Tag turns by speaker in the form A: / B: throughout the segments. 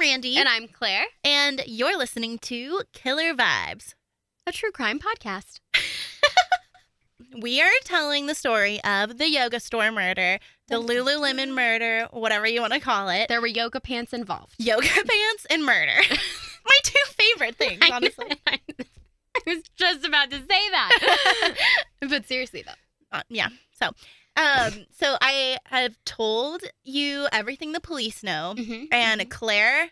A: Randy.
B: And I'm Claire,
A: and you're listening to Killer Vibes.
B: a true crime podcast.
A: We are telling the story of the yoga store murder, the
B: Dun, dun,
A: Lululemon
B: dun.
A: murder, whatever you want to call it.
B: There were yoga pants involved.
A: yoga pants and murder. My two favorite things,
B: I-
A: honestly.
B: I was just about to say that. but seriously, though.
A: uh, yeah. So, um, so I have told you everything the police know,
B: Mm-hmm.
A: and Claire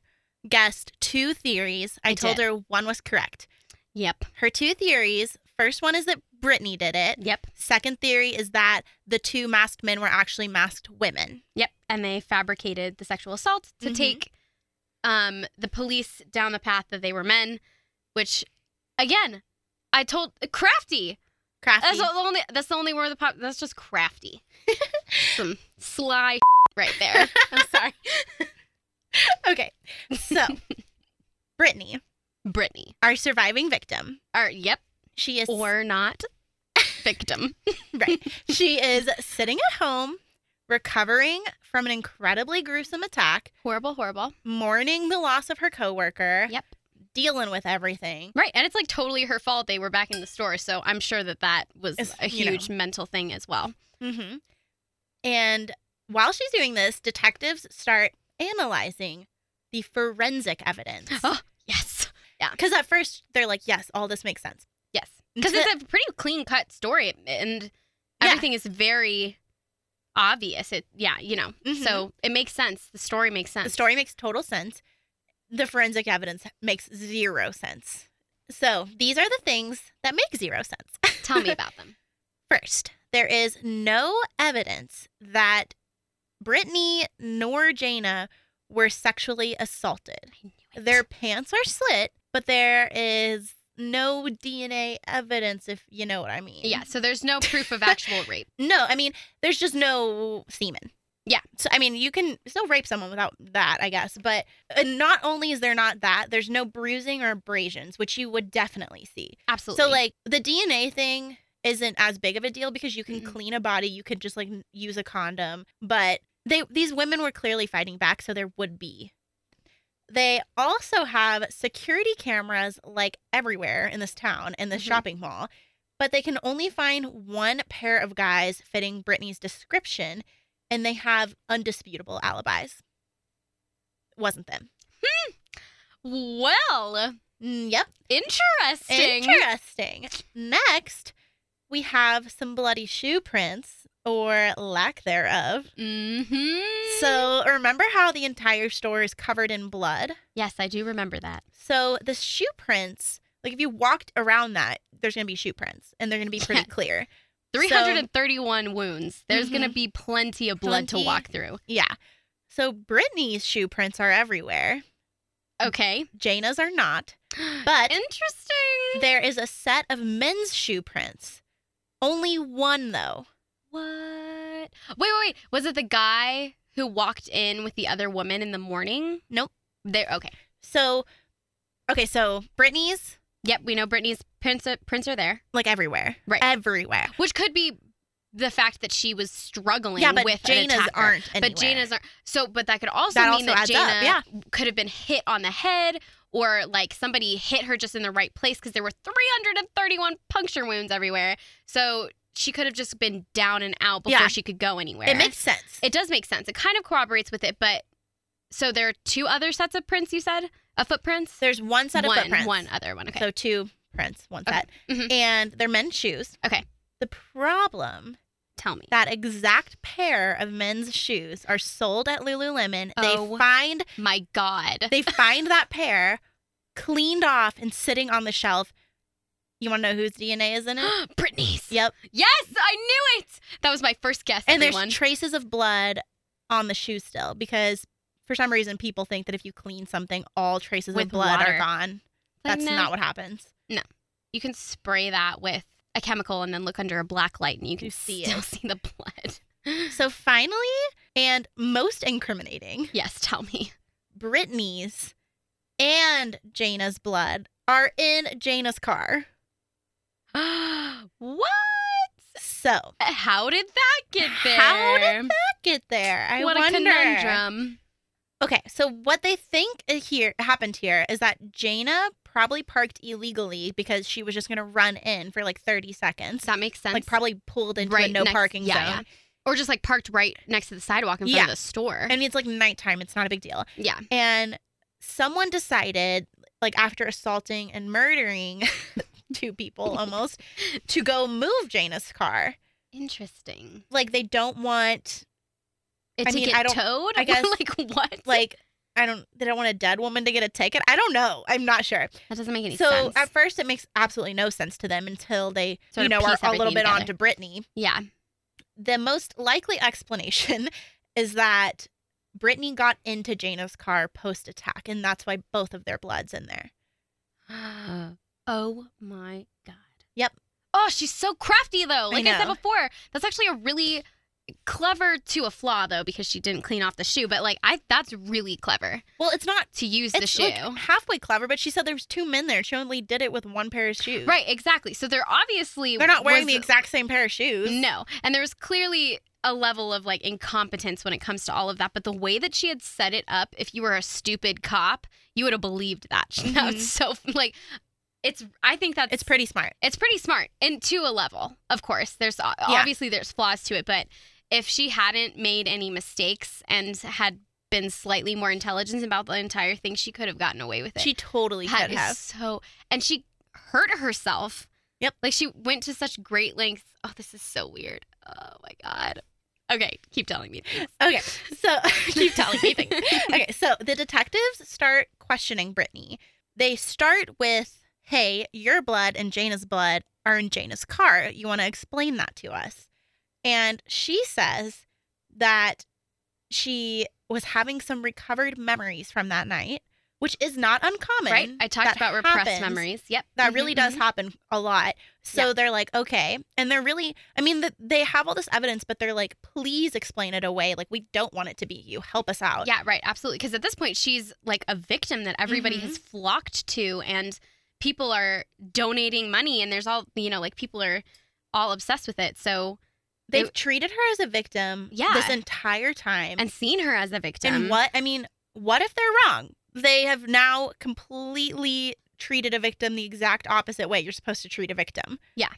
A: guessed two theories. I,
B: I
A: told
B: did.
A: her one was correct.
B: Yep.
A: Her two theories. First one is that Brittany did it.
B: Yep.
A: Second theory is that the two masked men were actually masked women.
B: Yep. And they fabricated the sexual assault to
A: Mhm.
B: take um, the police down the path that they were men, which, again, I told crafty.
A: Crafty.
B: That's the only. That's the only word. The pop. That's just crafty. Some sly right there. I'm sorry,
A: okay. So, Brittany,
B: Brittany.
A: our surviving victim.
B: Or yep,
A: She is
B: or not victim.
A: Right. She is sitting at home, recovering from an incredibly gruesome attack,
B: Horrible, horrible.
A: mourning the loss of her coworker.
B: Yep.
A: Dealing with everything.
B: Right, and it's like totally her fault they were back in the store, so I'm sure that that was
A: It's-
B: a
A: you know.
B: huge mental thing as well.
A: Mm-hmm. And while she's doing this, detectives start analyzing the forensic evidence.
B: Oh. Yes,
A: Because at first they're like, yes, all this makes sense.
B: yes, because
A: Until-
B: it's a pretty clean cut story, and
A: Yeah.
B: everything is very obvious. It, yeah, you know,
A: Mhm.
B: so it makes sense. The story makes sense.
A: The story makes total sense. The forensic evidence makes zero sense. So these are the things that make zero sense.
B: Tell me about them.
A: First, there is no evidence that Brittany nor Jana were sexually assaulted.
B: I knew it.
A: Their pants are slit, but there is no DNA evidence, if you know what I mean.
B: yeah. So there's no proof of actual rape.
A: No, I mean, there's just no semen.
B: Yeah.
A: So, I mean, you can still rape someone without that, I guess. But uh, not only is there not that, there's no bruising or abrasions, which you would definitely see.
B: Absolutely.
A: So like the DNA thing isn't as big of a deal because you can
B: Mm-mm.
A: clean a body, you could just like n- use a condom, but they these women were clearly fighting back so there would be. They also have security cameras like everywhere in this town in this
B: Mhm.
A: shopping mall, but they can only find one pair of guys fitting Brittany's description and they have undisputable alibis. Wasn't them.
B: well,
A: Mm, Yep.
B: interesting.
A: Interesting. Next, we have some bloody shoe prints or lack thereof.
B: mm-hmm.
A: So, remember how the entire store is covered in blood?
B: yes, I do remember that.
A: So, the shoe prints, like if you walked around that, there's going to be shoe prints and they're going to be pretty
B: Yes.
A: clear.
B: 331 wounds. There's going to be plenty of blood
A: Mm-hmm. Plenty.
B: to walk through.
A: Yeah. So, Brittany's shoe prints are everywhere.
B: Okay.
A: Jana's are not, but
B: Interesting.
A: there is a set of men's shoe prints. Only one, though.
B: What? Wait, wait, wait. Was it the guy who walked in with the other woman in the morning?
A: Nope.
B: There. Okay.
A: So, okay, so Brittany's
B: Yep. We know Brittany's prints are, prints are there,
A: like everywhere,
B: Right.
A: Everywhere.
B: which could be the fact that she was struggling
A: yeah, but
B: with an
A: Jana's
B: attacker.
A: aren't. Anywhere.
B: But Jana's aren't. So, but that could also
A: That
B: mean that
A: also adds up,
B: Jana
A: yeah.
B: could have been hit on the head or like somebody hit her just in the right place because there were 331 puncture wounds everywhere. So she could have just been down and out before
A: Yeah.
B: she could go anywhere.
A: It makes sense.
B: it does make sense. It kind of corroborates with it, but so there are two other sets of prints you said? Of footprints?
A: There's one set
B: one,
A: of footprints.
B: one other one. Okay.
A: So two prints, one
B: Okay.
A: set,
B: Mhm.
A: and they're men's shoes.
B: Okay.
A: The problem
B: Tell me.
A: that exact pair of men's shoes are sold at Lululemon.
B: Oh.
A: They find
B: My God.
A: they find that pair cleaned off and sitting on the shelf. You want to know whose DNA is in it?
B: Brittany's.
A: yep.
B: Yes, I knew it. That was my first guess.
A: And
B: everyone.
A: there's traces of blood on the shoe still because for some reason people think that if you clean something, all traces of
B: With
A: blood
B: water.
A: are gone.
B: Like,
A: That's
B: no.
A: not what happens.
B: you can spray that with a chemical and then look under a black light and you can
A: You see
B: still
A: it.
B: see the blood.
A: So finally, and most incriminating,
B: yes, tell me.
A: Brittany's and Jana's blood are in Jana's car.
B: what?
A: So
B: How did that get there?
A: How did Get there. I
B: what
A: wonder.
B: a conundrum.
A: Okay, so what they think i- here happened here is that Jaina probably parked illegally because she was just going to run in for like 30 seconds.
B: Does that make sense?
A: Like probably pulled into a no
B: next-
A: parking
B: yeah,
A: zone.
B: yeah. Or just like parked right next to the sidewalk in front
A: Yeah.
B: of the store.
A: I mean, it's like nighttime, it's not a big deal.
B: yeah.
A: And someone decided, like after assaulting and murdering two people almost, to go move Jaina's car.
B: Interesting.
A: Like they don't want
B: It
A: I
B: to
A: mean,
B: get
A: I don't-
B: towed?
A: I guess-
B: like what?
A: like I don't they don't want a dead woman to get a ticket. I don't know. I'm not sure.
B: that doesn't make any
A: so
B: sense.
A: at first it makes absolutely no sense to them until they
B: Sort
A: you
B: of
A: know are
B: piece
A: a little
B: everything
A: bit
B: together.
A: onto Brittany.
B: yeah.
A: The most likely explanation is that Brittany got into Jana's car post attack, and that's why both of their bloods in there.
B: oh my god.
A: Yep.
B: Oh, she's so crafty though.
A: I
B: Like I, said
A: know.
B: before, that's actually a really clever to a flaw though because she didn't clean off the shoe. But like I, that's really clever
A: Well, it's not
B: to use the
A: it's
B: shoe.
A: like halfway clever, but she said there's two men there. She only did it with one pair of shoes.
B: Right, exactly. So they're obviously
A: They're not wearing
B: was-
A: the exact same pair of shoes.
B: No. And there was clearly a level of like incompetence when it comes to all of that. But the way that she had set it up, if you were a stupid cop, you would have believed that. That was
A: Mhm.
B: so like it's I think that's
A: It's pretty smart.
B: it's pretty smart and to a level of course there's o-
A: Yeah.
B: obviously there's flaws to it but if she hadn't made any mistakes and had been slightly more intelligent about the entire thing she could have gotten away with it
A: She totally
B: That
A: could
B: is
A: have.
B: so and she hurt herself
A: Yep.
B: like she went to such great lengths oh this is so weird oh my god okay keep telling me things.
A: Okay, so keep telling me things. okay, so the detectives start questioning Brittany. They start with, "Hey, your blood and Jana's blood are in Jana's car. You want to explain that to us?" And she says that she was having some recovered memories from that night, which is not uncommon.
B: right i talked
A: That
B: about repressed
A: happens.
B: memories yep
A: That
B: Mhm,
A: really does
B: mhm.
A: happen a lot. So
B: Yeah.
A: they're like, okay. And they're really, I mean, th they have all this evidence, but they're like, please explain it away. Like, we don't want it to be you. Help us out.
B: Yeah, right. Absolutely. Because at this point, she's like a victim that everybody
A: Mhm.
B: has flocked to, and people are donating money, and there's all, you know, like people are all obsessed with it. So,
A: They've
B: It-
A: treated her as a victim
B: Yeah.
A: this entire time.
B: and seeing her as a victim.
A: and what, I mean, what if they're wrong? They have now completely treated a victim the exact opposite way you're supposed to treat a victim.
B: Yeah.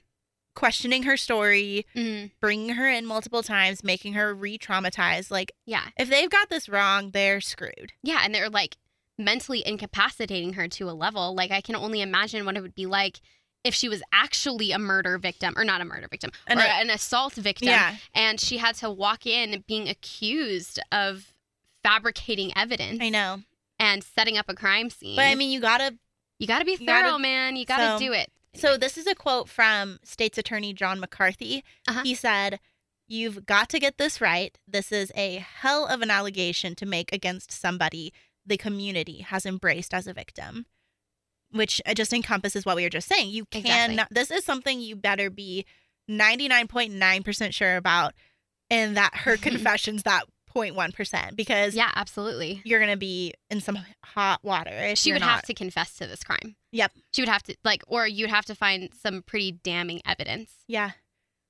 A: Questioning her story,
B: Mm,
A: bringing her in multiple times, making her re traumatized. Like,
B: yeah.
A: if they've got this wrong, they're screwed.
B: Yeah. And they're like mentally incapacitating her to a level. Like, I can only imagine what it would be like if she was actually a murder victim, or not a murder victim,
A: And
B: or
A: I-
B: an assault victim.
A: Yeah.
B: And she had to walk in being accused of fabricating evidence.
A: I know.
B: and setting up a crime scene.
A: But I mean, you gotta.
B: you got to be
A: you gotta-
B: thorough, man. You got to
A: so-
B: do it.
A: So this is a quote from State's Attorney John McCarthy.
B: Uh-huh.
A: He said, "You've got to get this right. This is a hell of an allegation to make against somebody the community has embraced as a victim." Which uh, just encompasses what we were just saying. You can.
B: Exactly.
A: This is something you better be ninety nine point nine percent sure about, and that her confession's that 0.1 percent because
B: Yeah, absolutely.
A: you're gonna be in some hot water. If
B: She
A: you're
B: would
A: not.
B: have to confess to this crime.
A: Yep.
B: She would have to like, or you'd have to find some pretty damning evidence.
A: Yeah.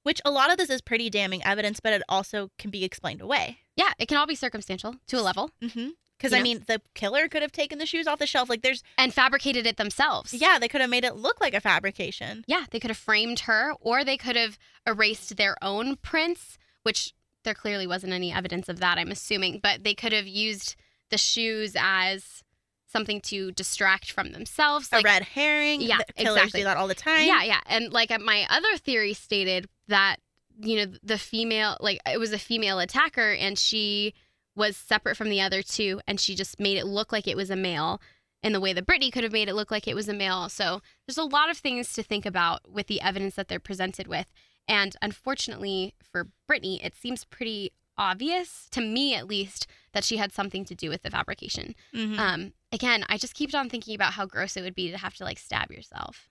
A: Which a lot of this is pretty damning evidence, but it also can be explained away.
B: Yeah, it can all be circumstantial to a level,
A: Because, mm-hmm. I
B: Yeah.
A: mean, the killer could have taken the shoes off the shelf. Like, there's,
B: and fabricated it themselves.
A: yeah, they could have made it look like a fabrication.
B: yeah. They could have framed her, or they could have erased their own prints, which there clearly wasn't any evidence of that. I'm assuming, but they could have used the shoes as something to distract from themselves,
A: a red herring.
B: Yeah,
A: The killers
B: exactly.
A: do that all the time.
B: Yeah, yeah. And like uh, my other theory stated that, you know, the female, like it was a female attacker and she was separate from the other two and she just made it look like it was a male in the way that Brittany could have made it look like it was a male. So there's a lot of things to think about with the evidence that they're presented with. And unfortunately for Brittany, it seems pretty obvious, to me at least, that she had something to do with the fabrication.
A: Mhm.
B: Um, again, I just keep on thinking about how gross it would be to have to like stab yourself.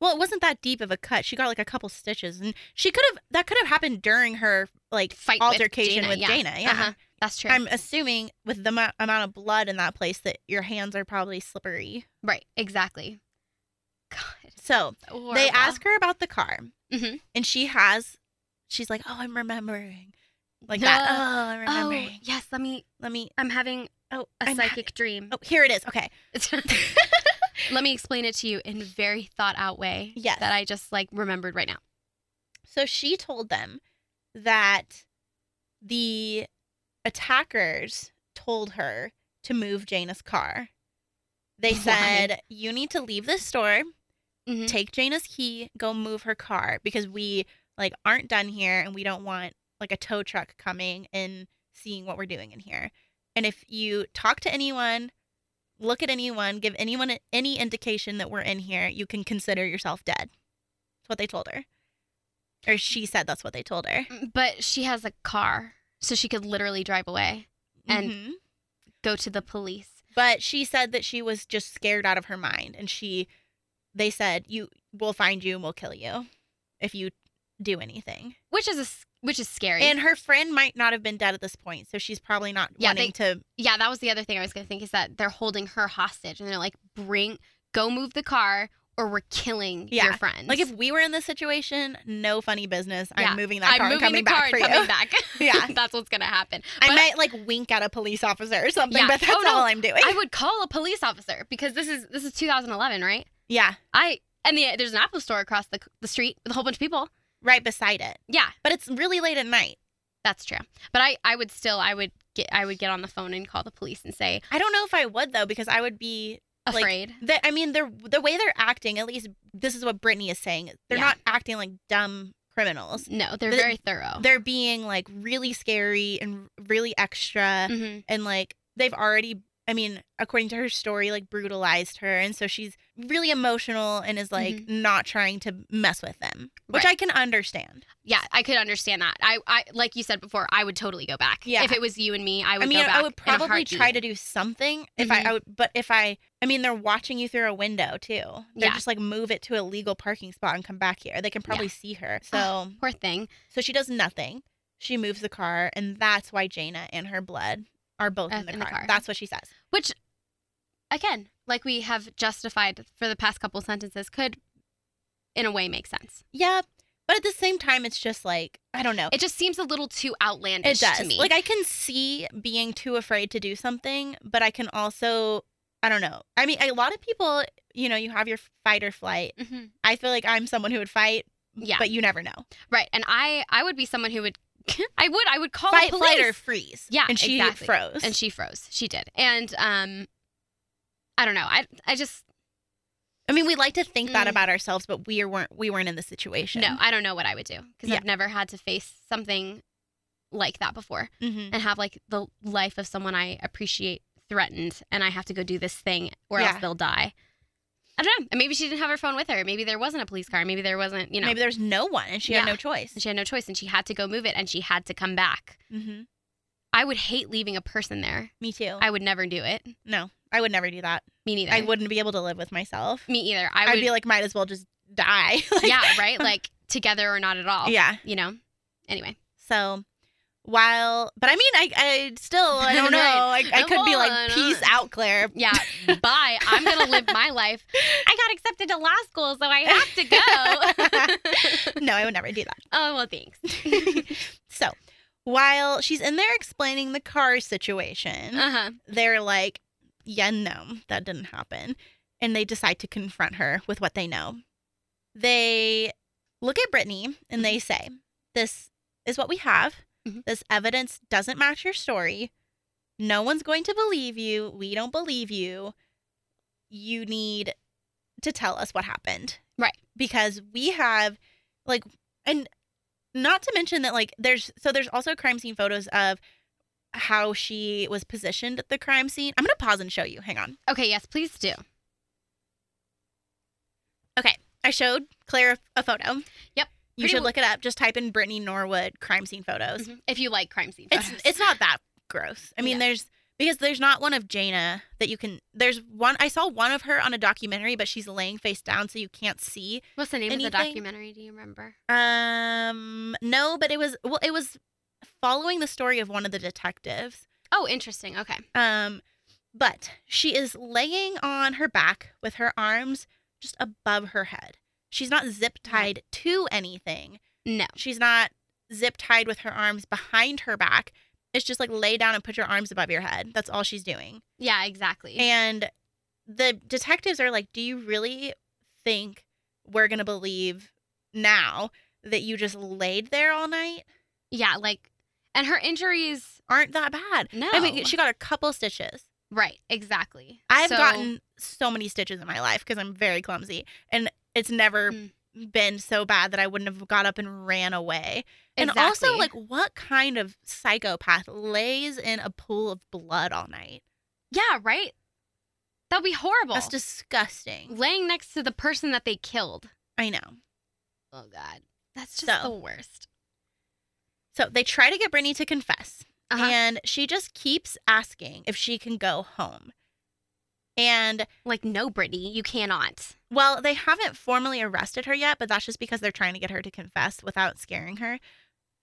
A: well, it wasn't that deep of a cut. She got like a couple stitches, and she could have, that could have happened during her like
B: Fight with
A: altercation
B: Jaina,
A: with
B: yeah.
A: Dana. Yeah.
B: Uh-huh. That's true.
A: I'm assuming with the mu- amount of blood in that place that your hands are probably slippery.
B: right. Exactly. God.
A: So, They ask her about the car,
B: Mhm.
A: and she has, she's like, "Oh, I'm remembering." like that.
B: Uh,
A: oh, I'm remembering.
B: Oh, yes. Let me.
A: Let me.
B: I'm having
A: Oh,
B: a
A: I'm ha-
B: psychic dream.
A: oh, here it is. Okay.
B: Let me explain it to you in very thought out way.
A: Yes.
B: That I just like remembered right now.
A: So she told them that the attackers told her to move Jana's car. They
B: Why?
A: said, You need to leave this store,
B: Mhm.
A: take Jana's key, go move her car because we like aren't done here and we don't want like a tow truck coming and seeing what we're doing in here. And if you talk to anyone, look at anyone, give anyone any indication that we're in here, you can consider yourself dead. That's what they told her. Or she said that's what they told her.
B: Mm, But she has a car, so she could literally drive away, And-
A: Mhm.
B: go to the police.
A: but she said that she was just scared out of her mind and she they said you we'll find you and we'll kill you if you do anything.
B: which is a s which is scary.
A: And her friend might not have been dead at this point, so she's probably not
B: Yeah,
A: wanting to.
B: yeah, that was the other thing I was gonna think is that they're holding her hostage, and they're like, "Bring, go move the car, or we're killing your
A: Yeah,
B: friends."
A: Like, if we were in this situation, no funny business.
B: Yeah,
A: I'm moving that
B: I'm
A: car and
B: moving
A: coming
B: the car
A: back for
B: and
A: you.
B: coming back,
A: Yeah.
B: that's what's gonna happen.
A: I
B: But-
A: might like wink at a police officer or something,
B: Yeah.
A: but that's
B: Oh, no.
A: all I'm doing.
B: I would call a police officer because this is this is 2011, right?
A: yeah,
B: I and the, there's an Apple store across the the street with a whole bunch of people.
A: right beside it.
B: Yeah,
A: But it's really late at night.
B: that's true. But I I would still I would get I would get on the phone and call the police and say
A: I don't know if I would though, because I would be. Like,
B: afraid.
A: That I mean, they're the way they're acting. At least this is what Brittany is saying. They're
B: Yeah.
A: not acting like dumb criminals.
B: no, they're
A: the-
B: very thorough.
A: They're being like really scary and really extra.
B: hmm
A: and like they've already i mean according to her story like brutalized her and so she's really emotional and is like not trying to mess with them which
B: Mm-hmm. Right.
A: i can understand
B: Yeah, I could understand that. I, I like you said before, I would totally go back.
A: Yeah.
B: If it was you and me, I
A: i,
B: would
A: mean
B: go back.
A: i would
B: in a
A: probably try to
B: heartbeat. Mm-hmm.
A: do something if I, I would but if i i mean they're watching you through a window too they're
B: Yeah.
A: just like move it to a legal parking spot and come back here they can probably see her
B: Ah.
A: so
B: Poor thing.
A: so she does nothing she moves the car and that's why jana and her blood are both
B: Uh,
A: in, the,
B: in the
A: car.
B: car.
A: that's what she says
B: Which again, like we have justified for the past couple sentences, could in a way make sense.
A: yeah but at the same time it's just like i don't know
B: It just seems a little too outlandish
A: It does.
B: to me.
A: Like I can see being too afraid to do something, but I can also I don't know. I mean, a lot of people, you know, you have your fight or flight.
B: Mhm.
A: I feel like I'm someone who would fight,
B: Yeah.
A: but you never know.
B: Right. And I I would be someone who would I would I would call
A: fight,
B: the
A: flight, or
B: police.
A: freeze.
B: Yeah,
A: and she
B: exactly.
A: froze.
B: and she froze. She did. And um I don't know. I I just
A: I mean, we like to think that
B: Mm.
A: about ourselves, but we weren't we weren't in this situation.
B: No, I don't know what I would do because
A: Yeah.
B: I've never had to face something like that before
A: hmm
B: and have like the life of someone I appreciate threatened and I have to go do this thing or
A: Yeah.
B: else they'll die. I don't know. And maybe she didn't have her phone with her. Maybe there wasn't a police car. Maybe there wasn't, you know,
A: Maybe there's no one, and she had
B: Yeah.
A: no choice.
B: and she had no choice and she had to go move it and she had to come back.
A: hmm
B: I would hate leaving a person there.
A: Me too.
B: I would never do it.
A: no, I would never do that.
B: Me neither.
A: I wouldn't be able to live with myself.
B: Me either. I
A: I'd
B: would.
A: be like, might as well just die. Like,
B: yeah, right? Like together or not at all.
A: yeah.
B: You know? Anyway.
A: So while, but I mean, I, I still, I don't know.
B: Right.
A: I, I could be
B: Well, I
A: like,
B: don't
A: peace
B: know."
A: out, Claire.
B: Yeah. Bye. I'm going to live my life. I got accepted to law school, so I have to go.
A: No, I would never do
B: oh, well, thanks.
A: that. so while she's in there explaining the car situation,
B: Uh huh.
A: they're like, yeah, no, that didn't happen. And they decide to confront her with what they know. They look at Brittany and they say, This is what we have.
B: Mhm.
A: This evidence doesn't match your story. No one's going to believe you. We don't believe you. You need to tell us what happened.
B: Right.
A: Because we have, like, and not to mention that, like, there's so there's also crime scene photos of how she was positioned at the crime scene. I'm going to pause and show you. Hang on.
B: Okay, yes, please do.
A: I showed Claire a photo.
B: Yep.
A: You
B: Pretty
A: should
B: wo-
A: look it up. Just type in Brittany Norwood crime scene photos.
B: Mhm. If you like crime scene
A: It's
B: photos.
A: it's not that gross. I mean,
B: Yeah.
A: there's because there's not one of Jaina that you can. There's one. I saw one of her on a documentary, but she's laying face down, so you can't see.
B: What's the name of the
A: anything-
B: documentary? Do you remember?
A: Um, no, but it was well, it was following the story of one of the detectives.
B: Oh, interesting. Okay.
A: Um, but she is laying on her back with her arms just above her head. She's not zip tied to anything.
B: No.
A: She's not zip tied with her arms behind her back. It's just like lay down and put your arms above your head. That's all she's doing.
B: Yeah, exactly.
A: And the detectives are like, Do you really think we're going to believe now that you just laid there all night?
B: yeah, like, and her injuries.
A: Aren't that bad.
B: No,
A: I mean, she got a couple stitches.
B: right, exactly.
A: I've
B: So-
A: gotten so many stitches in my life because I'm very clumsy and it's never
B: Mm.
A: been so bad that I wouldn't have got up and ran away. And also,
B: Exactly.
A: like, what kind of psychopath lays in a pool of blood all night?
B: yeah, right. That'd be horrible.
A: That's disgusting.
B: laying next to the person that they killed.
A: I know.
B: Oh God, that's just
A: So-
B: the worst.
A: So they try to get Brittany to confess,
B: Uh-huh.
A: and she just keeps asking if she can go home. And
B: like, no, Brittany, you cannot.
A: well, they haven't formally arrested her yet, but that's just because they're trying to get her to confess without scaring her.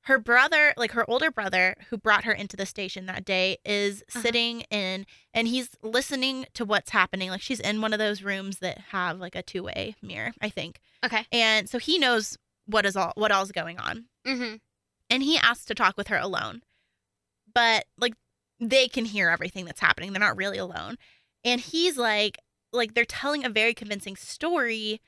A: Her brother, like her older brother who brought her into the station that day, is
B: Uh-huh.
A: sitting in and he's listening to what's happening. Like she's in one of those rooms that have like a two way mirror, I think.
B: Okay.
A: And so he knows what is all what all's going on.
B: Mm-hmm.
A: and he asks to talk with her alone. But like they can hear everything that's happening. They're not really alone. And he's like like they're telling a very convincing story.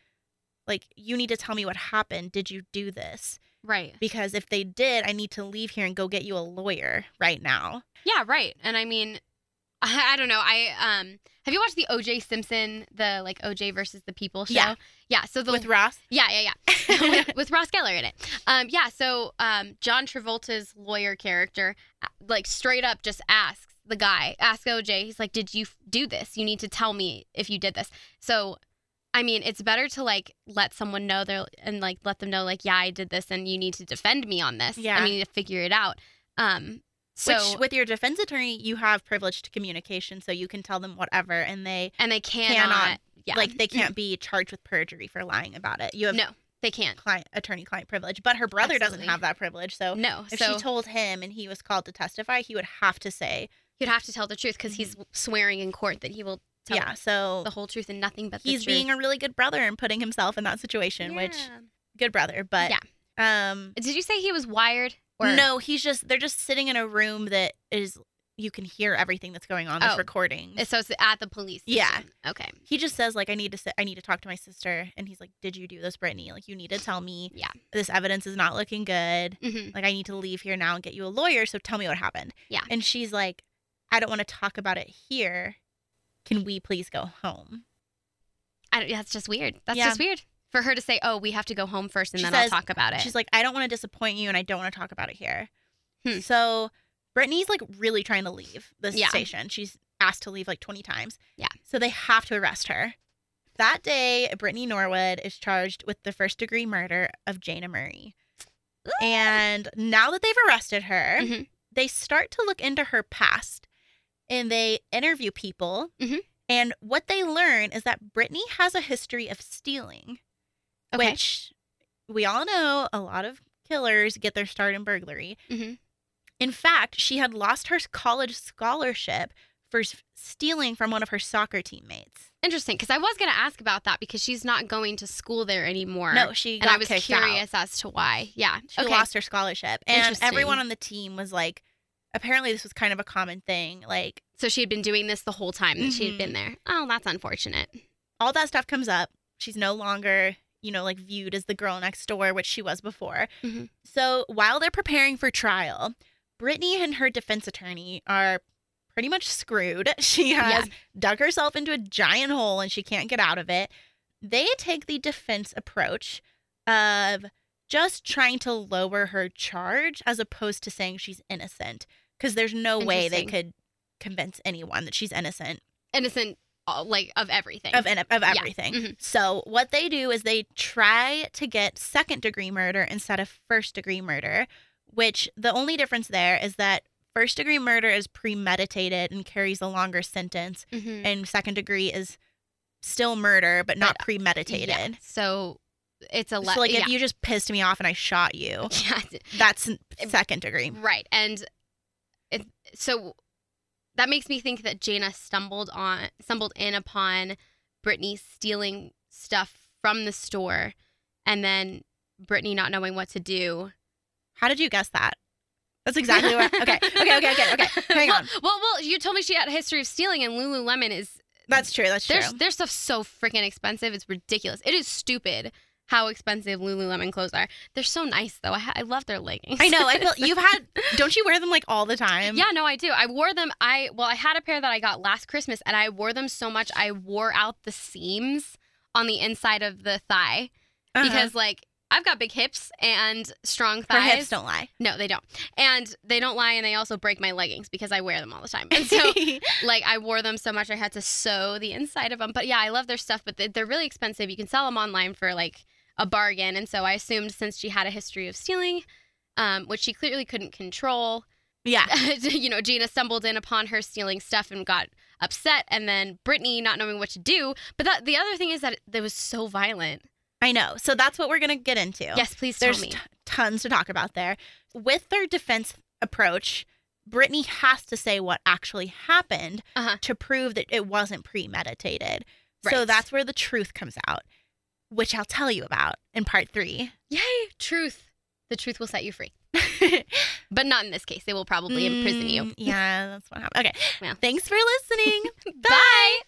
A: Like you need to tell me what happened. Did you do this?
B: Right.
A: Because if they did, I need to leave here and go get you a lawyer right now.
B: Yeah. Right. And I mean, I, I don't know. I um, have you watched the O.J. Simpson, the like O.J. versus the People show?
A: Yeah.
B: Yeah. So the
A: with Ross.
B: yeah, yeah, yeah. with, with Ross Geller in it. Um, yeah, so um, John Travolta's lawyer character, uh, like straight up, just asks the guy, ask OJ. He's like, "Did you f- do this? You need to tell me if you did this." So, I mean, it's better to like let someone know there and like let them know like, "Yeah, I did this, and you need to defend me on this.
A: Yeah.
B: I need to figure it out." Um, so
A: Which with your defense attorney, you have privileged communication, so you can tell them whatever, and they
B: and they cannot,
A: cannot,
B: yeah,
A: like they can't be charged with perjury for lying about it. You have
B: no, they can't,
A: client attorney client privilege, but her brother
B: Absolutely.
A: doesn't have that privilege. So
B: no.
A: Oh, If
B: so
A: she told him and he was called to testify, he would have to say,
B: you'd have to tell the truth because he's swearing in court that he will tell
A: Mm-hmm. yeah. So
B: the whole truth and nothing but the
A: he's
B: truth.
A: being a really good brother and putting himself in that situation, which good brother, but yeah. um
B: Did you say he was wired? Or
A: no, he's just they're just sitting in a room that is you can hear everything that's going on. There's
B: Oh.
A: recordings.
B: So it's at the police.
A: Yeah.
B: station. Okay.
A: he just says like I need to sit, I need to talk to my sister, and he's like, "Did you do this, Brittany? Like you need to tell me.
B: Yeah.
A: this evidence is not looking good.
B: hmm
A: Like I need to leave here now and get you a lawyer. So tell me what happened."
B: Yeah.
A: and she's like, "I don't want to talk about it here. Can we please go home?"
B: I don't, that's just weird. That's
A: Yeah.
B: just weird for her to say, "Oh, we have to go home first, and
A: She
B: then
A: says-
B: I'll talk about it."
A: She's like, I don't want to disappoint you, and I don't want to talk about it here.
B: Hmm.
A: So Brittany's like really trying to leave this
B: Yeah.
A: station. She's asked to leave like 20 times.
B: Yeah.
A: So they have to arrest her. That day, Brittany Norwood is charged with the first degree murder of Jana Murray.
B: Ooh.
A: And now that they've arrested her,
B: Mhm.
A: they start to look into her past and they interview people.
B: Mhm.
A: And what they learn is that Brittany has a history of stealing
B: okay.
A: which we all know a lot of killers get their start in burglary.
B: Mhm.
A: In fact, she had lost her college scholarship for s- stealing from one of her soccer teammates.
B: Interesting, because I was going to ask about that because she's not going to school there anymore.
A: No, she
B: and
A: got
B: I was
A: kicked out.
B: curious as to why. Yeah.
A: She
B: okay.
A: lost her scholarship, and
B: Interesting.
A: everyone on the team was like, apparently this was kind of a common thing. Like
B: so she had been doing this the whole time that she had
A: Mhm.
B: been there. Oh, that's unfortunate.
A: all that stuff comes up. She's no longer, you know, like viewed as the girl next door, which she was before.
B: Mhm.
A: So while they're preparing for trial, Brittany and her defense attorney are pretty much screwed. She has dug herself into a giant hole and she can't get out of it. They take the defense approach of just trying to lower her charge as opposed to saying she's innocent because there's no way they
B: Interesting.
A: could convince anyone that she's innocent
B: Innocent, uh, like of everything.
A: of of
B: Yeah.
A: everything.
B: Mhm.
A: So what they do is they try to get second degree murder instead of first degree murder, which the only difference there is that first degree murder is premeditated and carries a longer sentence,
B: Mhm.
A: and second degree is still murder Mm-hmm. but uh, not premeditated.
B: Yeah. So it's a le-
A: so like
B: yeah.
A: if you just pissed me off and I shot you,
B: yeah.
A: that's second degree.
B: Right. And it, so that makes me think that Jana stumbled on stumbled in upon Brittany stealing stuff from the store and then Brittany not knowing what to do
A: How did you guess that? That's exactly what. Okay, okay, okay, okay, okay. Hang
B: well,
A: on.
B: Well, well, you told me she had a history of stealing, and Lululemon is
A: That's true. That's true.
B: their their stuff's so freaking expensive. It's ridiculous. It is stupid how expensive Lululemon clothes are. They're so nice though. I, ha- I love their leggings.
A: I know. I feel you've had. Don't you wear them like all the time?
B: yeah, no, I do. I wore them. I well, I had a pair that I got last Christmas, and I wore them so much I wore out the seams on the inside of the thigh
A: Uh-huh.
B: because like. I've got big hips and strong
A: her
B: thighs.
A: hips don't lie.
B: No, they don't. And they don't lie and they also break my leggings because I wear them all the time. And so, like, I wore them so much I had to sew the inside of them. But yeah, I love their stuff, but they- they're really expensive. You can sell them online for like a bargain. And so I assumed since she had a history of stealing, um, which she clearly couldn't control,
A: yeah.
B: you know, Gina stumbled in upon her stealing stuff and got upset. And then Brittany not knowing what to do. But that, the other thing is that it, it was so violent.
A: I know. So that's what we're gonna get into.
B: Yes, please tell
A: There's
B: me.
A: t- tons to talk about there. With their defense approach, Brittany has to say what actually happened
B: Uh-huh.
A: to prove that it wasn't premeditated. So
B: Right.
A: that's where the truth comes out, which I'll tell you about in part three.
B: Yay, truth. The truth will set you free. But not in this case. They will probably imprison you.
A: Mm, Yeah, that's what happened. Okay.
B: Yeah.
A: Thanks for listening.
B: Bye.